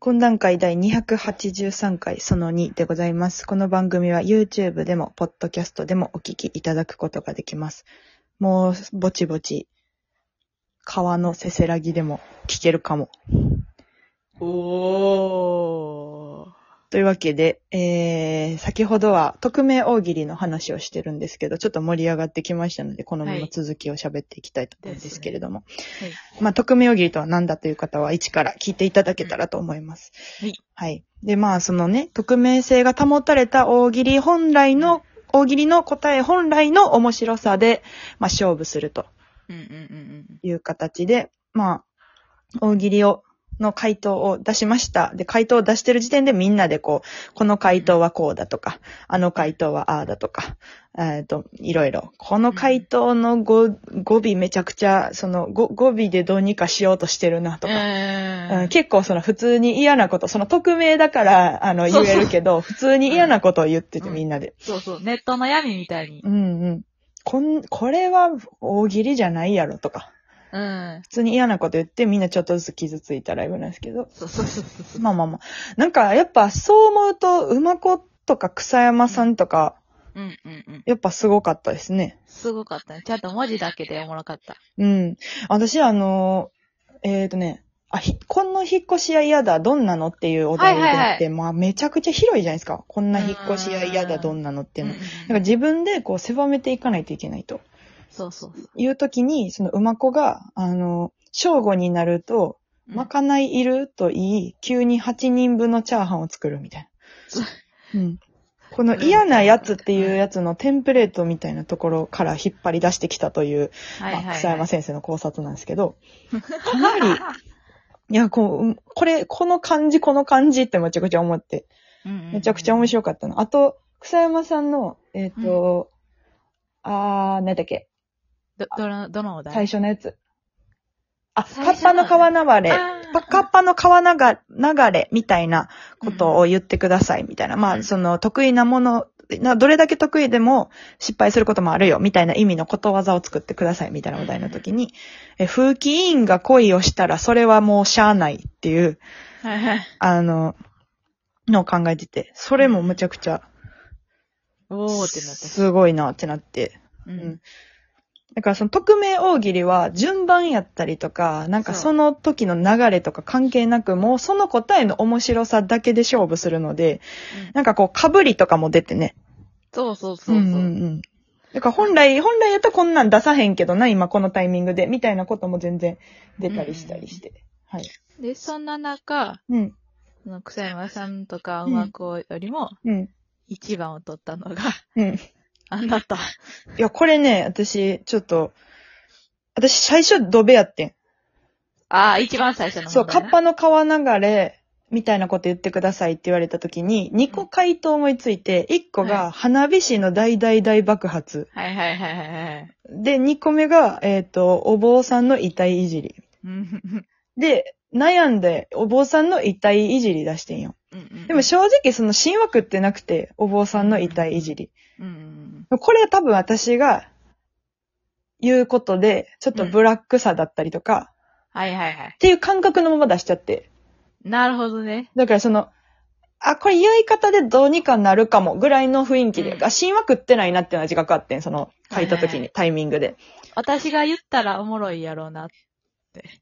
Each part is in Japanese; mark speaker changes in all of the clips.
Speaker 1: 懇談会第283回その2でございます。この番組は YouTube でも、ポッドキャストでもお聞きいただくことができます。もう、ぼちぼち、川のせせらぎでも聞けるかも。
Speaker 2: おー。
Speaker 1: というわけで、えー、先ほどは匿名大喜利の話をしてるんですけど、ちょっと盛り上がってきましたので、このまま続きを喋っていきたいと思うんですけれども。
Speaker 2: はいです
Speaker 1: まあ、匿名大喜利とは何だという方は、一から聞いていただけたらと思います。
Speaker 2: うんはい。
Speaker 1: はい。で、まあ、そのね、匿名性が保たれた大喜利本来の、大喜利の答え本来の面白さで、まあ、勝負すると
Speaker 2: うんうんうん
Speaker 1: いう形で、まあ、大喜利を、の回答を出しました。で、回答を出してる時点でみんなでこう、この回答はこうだとか、あの回答はああだとか、えっ、と、いろいろ。この回答の語語尾めちゃくちゃ、その語語尾でどうにかしようとしてるなと
Speaker 2: うん。
Speaker 1: か。う
Speaker 2: う
Speaker 1: んん、結構その普通に嫌なこと、その匿名だから、あの、
Speaker 2: そ
Speaker 1: 言
Speaker 2: うそう
Speaker 1: えるけど、普通に嫌なことを言ってて
Speaker 2: うん
Speaker 1: みんなで。
Speaker 2: そうそう、ネットの闇みたいに。
Speaker 1: うんうん。こん、これは大喜利じゃないやろとか。
Speaker 2: うん
Speaker 1: 普。通に嫌なこと言ってみんなちょっとずつ傷ついたライブなんですけど。
Speaker 2: そうそうそうそう。
Speaker 1: まあまあまあ。なんかやっぱそう思うと、馬子とか草山さんとか、
Speaker 2: うんうんうん。
Speaker 1: やっぱすごかったですね。
Speaker 2: すごかったね。ちゃんと文字だけでおもろかった。
Speaker 1: うん。私あのーえっ、ー、とね、あ、ひ、この引っ越し屋嫌だ、どんなのっていうお題で
Speaker 2: はいはい
Speaker 1: あ
Speaker 2: は
Speaker 1: っ
Speaker 2: い
Speaker 1: て、まあめちゃくちゃ広いじゃないですか。こんな引っ越し屋嫌だ、どんなのっていうの。
Speaker 2: うん
Speaker 1: だ
Speaker 2: うん
Speaker 1: から自分でこう狭めていかないといけないと。
Speaker 2: そうそうそう。
Speaker 1: いう時に、その馬子が、あの、正午になると、
Speaker 2: うん
Speaker 1: まかないいると言い、急に8人分のチャーハンを作るみたい な。うん。この嫌なやつっていうやつのテンプレートみたいなところから引っ張り出してきたという、
Speaker 2: はいはい、
Speaker 1: まあ、
Speaker 2: はい。
Speaker 1: 草山先生の考察なんですけど、かなり、いや、こううん、これ、この感じ、この感じってめちゃくちゃ思って、め
Speaker 2: め
Speaker 1: ちゃくちゃ面白かったの。あと、草山さんの、えっ、と、あー、なんだっけ、
Speaker 2: い。ど、どの、どのお題
Speaker 1: 最初のやつ。あ、
Speaker 2: 最
Speaker 1: カッ
Speaker 2: 初の
Speaker 1: パの川流れ、
Speaker 2: あー
Speaker 1: パカッパの川流流れみたいなことを言ってくださいみたいな。まあ、
Speaker 2: うん
Speaker 1: その得意なもの、などれだけ得意でも失敗することもあるよみたいな意味のことわざを作ってくださいみたいなお題の時に、え風紀委員が恋をしたらそれはもうしゃあないっていう、
Speaker 2: はいはい。
Speaker 1: あの、のを考えてて、それもむちゃくちゃ、
Speaker 2: おーってなった。
Speaker 1: すごいなってなって、
Speaker 2: う
Speaker 1: うん。だからその匿名大喜利は順番やったりとか、なんかその時の流れとか関係なく、もうその答えの面白さだけで勝負するので、なんかこう被りとかも出てね。
Speaker 2: そうそうそう
Speaker 1: うん
Speaker 2: そうう。
Speaker 1: んうん。だから本来、本来やったらこんなん出さへんけどな、今このタイミングで、みたいなことも全然出たりしたりして。はい。
Speaker 2: で、そんな中、
Speaker 1: うん。
Speaker 2: その草山さんとか
Speaker 1: うん
Speaker 2: 馬子よりも、
Speaker 1: うん。
Speaker 2: 一番を取ったのが、
Speaker 1: うん。
Speaker 2: あなた。
Speaker 1: いや、これね、私、ちょっと、私最初ドベやってん。
Speaker 2: ああ、一番最初の問題な。
Speaker 1: そう、カッパの川流れ、みたいなこと言ってくださいって言われた時に、2個回答思いついて、1個
Speaker 2: は
Speaker 1: が花火師の大大大爆発。
Speaker 2: はいはいはいはいはい。
Speaker 1: で、2個目が、えっ、と、お坊さんの遺体いじり。
Speaker 2: うん
Speaker 1: で、悩んで、お坊さんの遺体いじり出してんよ。
Speaker 2: うんうん
Speaker 1: でも、正直その新枠ってなくて、お坊さんの遺体いじり。
Speaker 2: うんうん
Speaker 1: これ多分私が、言うことで、ちょっとブラックさだったりとか、っ
Speaker 2: はいはいはい。
Speaker 1: ていう感覚のまま出しちゃって。
Speaker 2: なるほどね。
Speaker 1: だからその、あ、これ言い方でどうにかなるかもぐらいの雰囲気で、
Speaker 2: うん
Speaker 1: あ、神話食ってないなっていうのは自覚あってん、その、書いた
Speaker 2: は
Speaker 1: 時
Speaker 2: いはいは
Speaker 1: に、タイミングで。
Speaker 2: 私が言ったらおもろいやろうなっ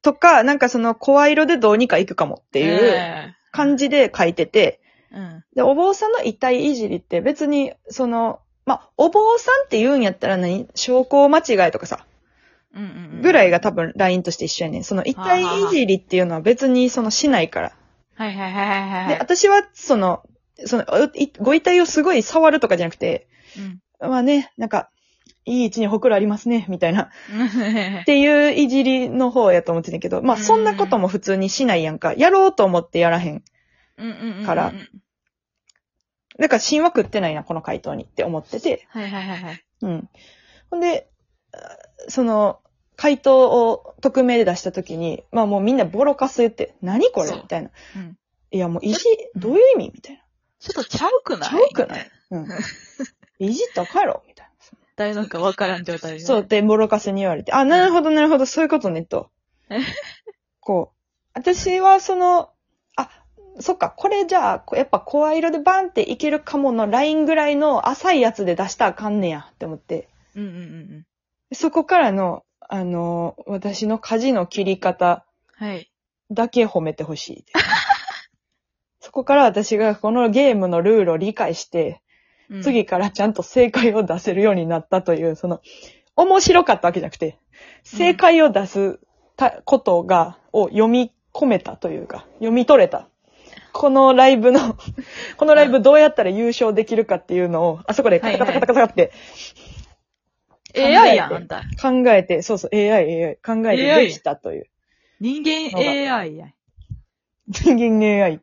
Speaker 1: とか、なんかその、声色でどうにかいくかもって
Speaker 2: て
Speaker 1: いう感
Speaker 2: じ。
Speaker 1: じで書いてて、
Speaker 2: うん。
Speaker 1: で、お坊さんの遺体いじりって別に、その、まあ、お坊さんって言うんやったら何証拠間違いとかさ、
Speaker 2: うんうんうん。
Speaker 1: ぐらいが多分ラインとして一緒やねん。その遺体いじりっていうのは別にそのしないから。
Speaker 2: はいはいはいはいはい。
Speaker 1: で、私はその、その、いご遺体をすごい触るとかじゃなくて、
Speaker 2: うん
Speaker 1: まあね、なんか、いい位置にほくろありますね、みたいな。 っ
Speaker 2: うん
Speaker 1: ていういじりの方やと思ってたけど、まあ
Speaker 2: うん
Speaker 1: そんなことも普通にしないやんか。やろうと思ってやらへん。
Speaker 2: うんうんうん。
Speaker 1: からだから神話食ってないな、この回答にって思ってて。
Speaker 2: はいはいはいはい。
Speaker 1: うん。ほんで、あその、回答を匿名で出した時に、まあもうみんなボロカス言って、何これ
Speaker 2: そう
Speaker 1: みたいな。
Speaker 2: うん
Speaker 1: いやもういじ、
Speaker 2: うん
Speaker 1: どういう意味みたいな。
Speaker 2: ちょっとちゃうくない
Speaker 1: ちゃうくない うん。いじったら帰ろうみたい
Speaker 2: 誰なんかわからん状態
Speaker 1: な。
Speaker 2: で。
Speaker 1: そう、。で、ボロカスに言われて、あ、なるほどなるほど、そういうことね、と。こう、私はその、あ、そっか、これじゃあ、こやっぱ声色でバンっていけるかものラインぐらいの浅いやつで出したらあかんねやって思って。
Speaker 2: うんうんうんうん。
Speaker 1: そこからの、あのー私の舵の切り方
Speaker 2: はい。
Speaker 1: だけ褒めてほしいです。そこから私がこのゲームのルールを理解して、
Speaker 2: うん、
Speaker 1: 次からちゃんと正解を出せるようになったという、その、面白かったわけじゃなくて、正解を出すたことが、を読み込めたというか、読み取れた。このライブの、このライブどうやったら優勝できるかっていうのを、あそこでカタカタカタカタって
Speaker 2: AI やん、あんた。
Speaker 1: 考えて、そうそう、AI、AI、考えて
Speaker 2: AI
Speaker 1: できたという。
Speaker 2: 人間 AI やん。
Speaker 1: 人間 AI。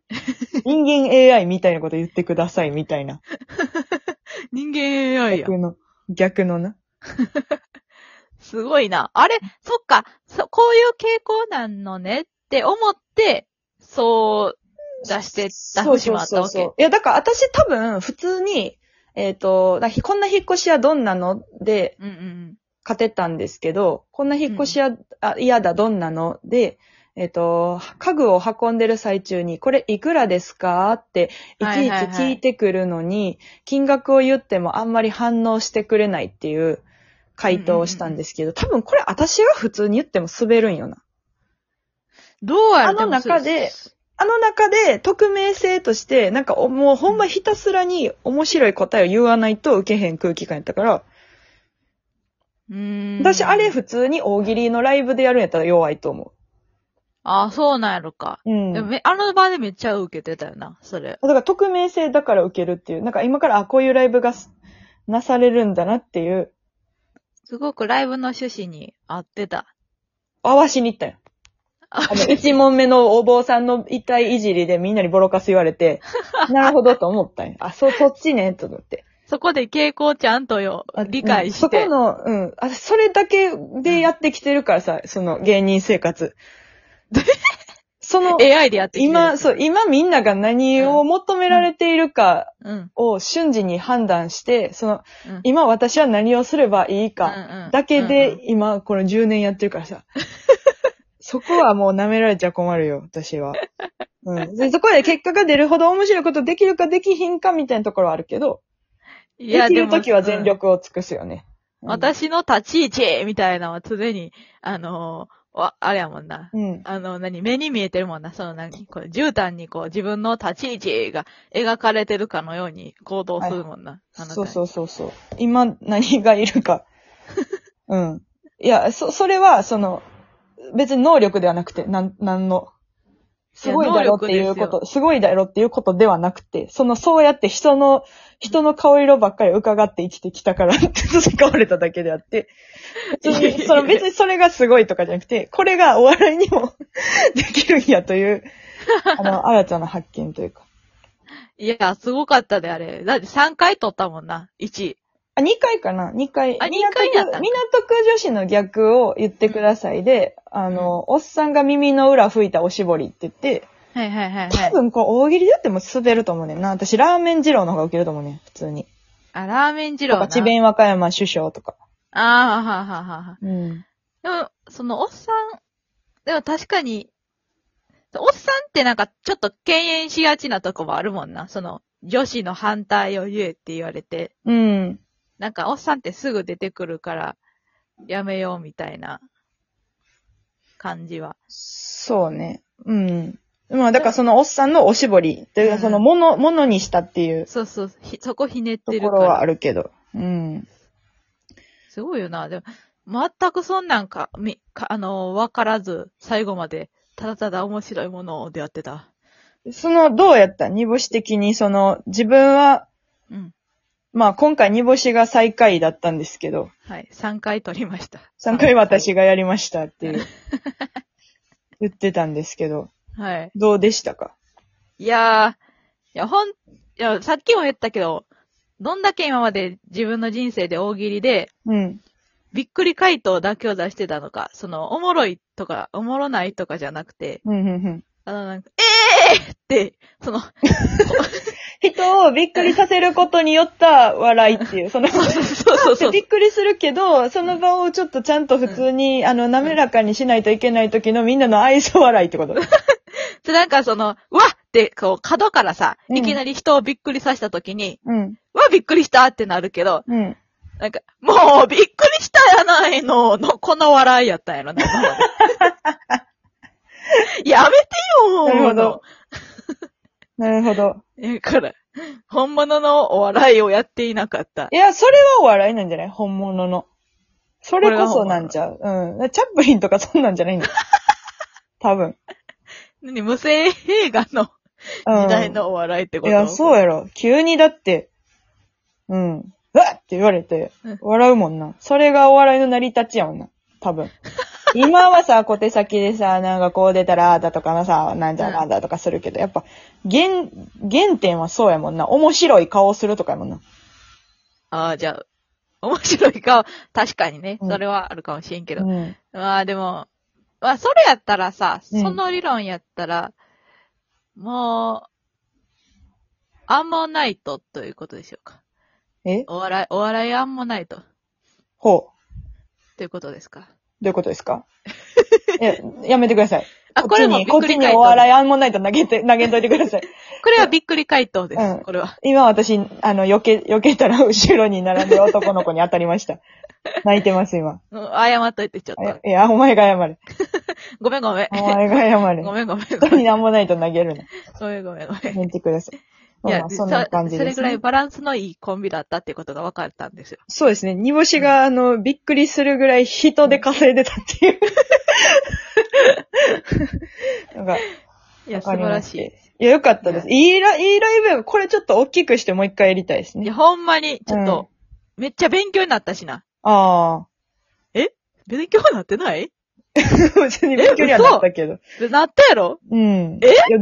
Speaker 1: 人間 AI みたいなこと言ってくださいみたいな。
Speaker 2: 人間 AI やん
Speaker 1: 逆。の、逆のな。
Speaker 2: すごいな。あれ、そっか、そ、こういう傾向なんのねって思って、そう、出してた節もあった
Speaker 1: そうそうそ
Speaker 2: わ
Speaker 1: う
Speaker 2: け
Speaker 1: そう。いや、だから私多分普通に、えっ、と、なこんな引っ越しはどんなので
Speaker 2: うんうん
Speaker 1: 勝てたんですけど、こんな引っ越しは、あ嫌だどんなので、えっ、と、家具を運んでる最中に、これいくらですかって、い
Speaker 2: は
Speaker 1: ちい
Speaker 2: い
Speaker 1: ち
Speaker 2: はいはい
Speaker 1: 聞いてくるのに、金額を言ってもあんまり反応してくれないっていう回答をしたんですけど、多分これ私が普通に言っても滑るんよな。
Speaker 2: うん。どうや
Speaker 1: あの中で、あの中で匿名性として、なんかおもうほんまひたすらに面白い答えを言わないと受けへん空気感やったから、
Speaker 2: うーん。
Speaker 1: 私あれ普通に大喜利のライブでやるんやったら弱いと思
Speaker 2: あ、そうなんやろか。
Speaker 1: う。うん。
Speaker 2: でも
Speaker 1: だ
Speaker 2: めあの場でめっちゃ受けてたよな、それ。
Speaker 1: から匿名性だから受けるっていう、なんか今からあ、こういうライブがすなされるんだなっていう、
Speaker 2: すごくライブの趣旨に合ってた。
Speaker 1: 合わしに行ったよ。
Speaker 2: あ
Speaker 1: あの、一問目のお坊さんの遺体いじりでみんなにボロカス言われ て、なるほどと思ったんや。あ、そ、そっちね、と思って。
Speaker 2: そこで傾向ちゃんとよ
Speaker 1: あ、
Speaker 2: 理解し
Speaker 1: う
Speaker 2: て。
Speaker 1: んそこの、うん。あ、それだけでやってきてるからさ、その芸人生活。その、
Speaker 2: AI でやってきてる
Speaker 1: 今、そう、今みんなが何を求められているか
Speaker 2: うん。
Speaker 1: を瞬時に判断して、その、
Speaker 2: うん
Speaker 1: 今私は何をすればいいか、
Speaker 2: うんうん
Speaker 1: だけ
Speaker 2: う
Speaker 1: で
Speaker 2: んうん
Speaker 1: 今この10年やってるから さ。そこはもう舐められちゃ困るよ、私は。うん。でそこで結果が出るほど面白いことできるかできひんかみたいなところはあるけど、
Speaker 2: い
Speaker 1: で
Speaker 2: や
Speaker 1: き
Speaker 2: で
Speaker 1: る
Speaker 2: も
Speaker 1: ときは全力を尽くすよね。うん
Speaker 2: 私の立ち位置みたいなのは常に、あのーわ、あれやもんな。
Speaker 1: うん。
Speaker 2: あの、何、目に見えてるもんな。その何、こう、絨毯にこう、自分の立ち位置が描かれてるかのように行動するもんな。あなた
Speaker 1: そうそうそうそう。今、何がいる か。うん。いや、そ、それは、その、別に能力ではなくて、なん、なんの。すごいだろっていうこ
Speaker 2: 能力
Speaker 1: と、すごいだろっていうことではなくて、その、そうやって人の、人の顔色ばっかり伺って生きてきたからって 戦われただけであって、別にその別にそれがすごいとかじゃなくて、これがお笑いにも できるんやという、あの、新たな発見というか。
Speaker 2: いや、すごかったで、あれ。だって3回取ったもんな。1位。
Speaker 1: あ、2回かな ?2 回。
Speaker 2: あ二回やった
Speaker 1: 港区
Speaker 2: んだ
Speaker 1: 港区女子の逆を言ってくださいで、あの、おっさんが耳の裏吹いたおしぼりって言って、
Speaker 2: はいはいはいは
Speaker 1: 多
Speaker 2: い。
Speaker 1: 分こう大喜利だってもう滑ると思うねんな。私、ラーメン二郎の方が受けると思うねん、普通に。
Speaker 2: あ、ラーメン
Speaker 1: と
Speaker 2: 二郎
Speaker 1: か、
Speaker 2: な。
Speaker 1: 智弁和歌山首相とか。
Speaker 2: ああ、ははははは。
Speaker 1: うん。
Speaker 2: でも、そのおっさん、でも確かに、おっさんってなんかちょっと敬遠しがちなとこもあるもんな。その、女子の反対を言えって言われて、
Speaker 1: うん。
Speaker 2: なんかおっさんってすぐ出てくるから、やめようみたいな感じは。
Speaker 1: そうね。うん。まあ、だからそのおっさんのおしぼり、という
Speaker 2: う
Speaker 1: か
Speaker 2: ん
Speaker 1: そのもの、ものにしたっていう
Speaker 2: そうそう、ひそこひねっ
Speaker 1: と
Speaker 2: て
Speaker 1: こ
Speaker 2: る
Speaker 1: ろ
Speaker 2: か
Speaker 1: はあ
Speaker 2: ら。
Speaker 1: るけど。うん。
Speaker 2: すごいよな。でも、全くそんなんか、み、かあの、わからず、最後まで、ただただ面白いものを出会ってた。
Speaker 1: その、どうやった煮干し的に、その、自分は、
Speaker 2: うん。
Speaker 1: まあ今回煮干しが最下位だったんですけど、
Speaker 2: はい。3回撮りました。
Speaker 1: 3回私がやりましたって いう、言ってたんですけど、
Speaker 2: はい。
Speaker 1: どうでしたか
Speaker 2: いやー、いや、ほん、いや、さっきも言ったけど、どんだけ今まで自分の人生で大喜利で、
Speaker 1: うん。
Speaker 2: びっくり回答だけを出してたのか、その、おもろいとか、おもろないとかじゃなくて、
Speaker 1: うん、うん、うん。
Speaker 2: あの、なんか、えーって、その、
Speaker 1: 人をびっくりさせることによった笑いって いう、その、
Speaker 2: そうそうそう。
Speaker 1: びっくりするけど、その場をちょっとちゃんと普通に、あの、 滑らかにしないといけない時のみんなの愛想笑いってこと。
Speaker 2: で、なんかその、うわっって、こう、角からさ、
Speaker 1: うん
Speaker 2: いきなり人をびっくりさせた時に、
Speaker 1: うん。
Speaker 2: はびっくりしたってなるけど、
Speaker 1: うん。
Speaker 2: なんか、もうびっくりしたやないの、の、この笑いやったんやろな。今ま でやめてよ
Speaker 1: なるほど。なるほど。
Speaker 2: え、から、本物のお笑いをやっていなかった。
Speaker 1: いや、それはお笑いなんじゃない本物の。それこそなんちゃう。うん。チャップリンとかそんなんじゃ ないんだ。多分。
Speaker 2: 何無声映画の
Speaker 1: うん、
Speaker 2: 時代のお笑いってこ
Speaker 1: い
Speaker 2: と、
Speaker 1: や、そうやろ。急にだって、うん。うわっって言われて
Speaker 2: うん、
Speaker 1: 笑うもんな。それがお笑いの成り立ちやもんな。多 分。今はさ、小手先でさ、なんかこう出たらああだとかなさ、なんじゃなんだとかするけど、やっぱ、原、原点はそうやもんな。面白い顔するとかやもんな。
Speaker 2: ああ、じゃあ、面白い顔、確かにね、
Speaker 1: うん
Speaker 2: それはあるかもしれんけど。
Speaker 1: うん。
Speaker 2: まあでも、まあそれやったらさ、
Speaker 1: うん
Speaker 2: その理論やったら、もう、アンモナイトということでしょうか。
Speaker 1: え
Speaker 2: お笑い、お笑いアンモナイト
Speaker 1: ほう。
Speaker 2: ということですか。
Speaker 1: どういうことですか いや、やめてください。
Speaker 2: あ、これもびっ
Speaker 1: こっ
Speaker 2: く
Speaker 1: ち
Speaker 2: り
Speaker 1: に
Speaker 2: 回
Speaker 1: お
Speaker 2: 答。
Speaker 1: 笑いあんもないと投げて、投げんといてください。
Speaker 2: これはびっくり回答です。
Speaker 1: うん
Speaker 2: これは。
Speaker 1: 今私、あの、避け、避けたら後ろに並んで男の子に当たりま した。泣いてます、今。
Speaker 2: うん謝っといて、ちょっ
Speaker 1: あ
Speaker 2: と。
Speaker 1: いや、お前が謝れ。
Speaker 2: ごめんごめん。
Speaker 1: お前が謝れ
Speaker 2: ご。めんごめんご
Speaker 1: 人
Speaker 2: めん。
Speaker 1: になんもないと投げるな。
Speaker 2: ごめんごめんごめん。
Speaker 1: やめてください。
Speaker 2: い
Speaker 1: まあま
Speaker 2: や
Speaker 1: あ、そんな感じ
Speaker 2: そ
Speaker 1: で
Speaker 2: れ
Speaker 1: す
Speaker 2: ぐ
Speaker 1: ね、
Speaker 2: らいバランスのいいコンビだったってことが分かったんですよ。
Speaker 1: そうですね。煮干しが、あの、びっくりするぐらい人で稼いでたって いう。なんか、
Speaker 2: いや、
Speaker 1: わ
Speaker 2: 素
Speaker 1: かり
Speaker 2: 晴
Speaker 1: ま
Speaker 2: ら
Speaker 1: し
Speaker 2: したい。
Speaker 1: いや、よかったです。いいラ、いいライブやがこれちょっと大きくしてもう一回やりたいです
Speaker 2: い
Speaker 1: ね
Speaker 2: や、。ほんまに、ちょっと、めっちゃ勉強になったしな。
Speaker 1: ああ。
Speaker 2: 勉強になってない
Speaker 1: 別に勉強にはなったけど。
Speaker 2: なったやろ
Speaker 1: うん。い
Speaker 2: え
Speaker 1: や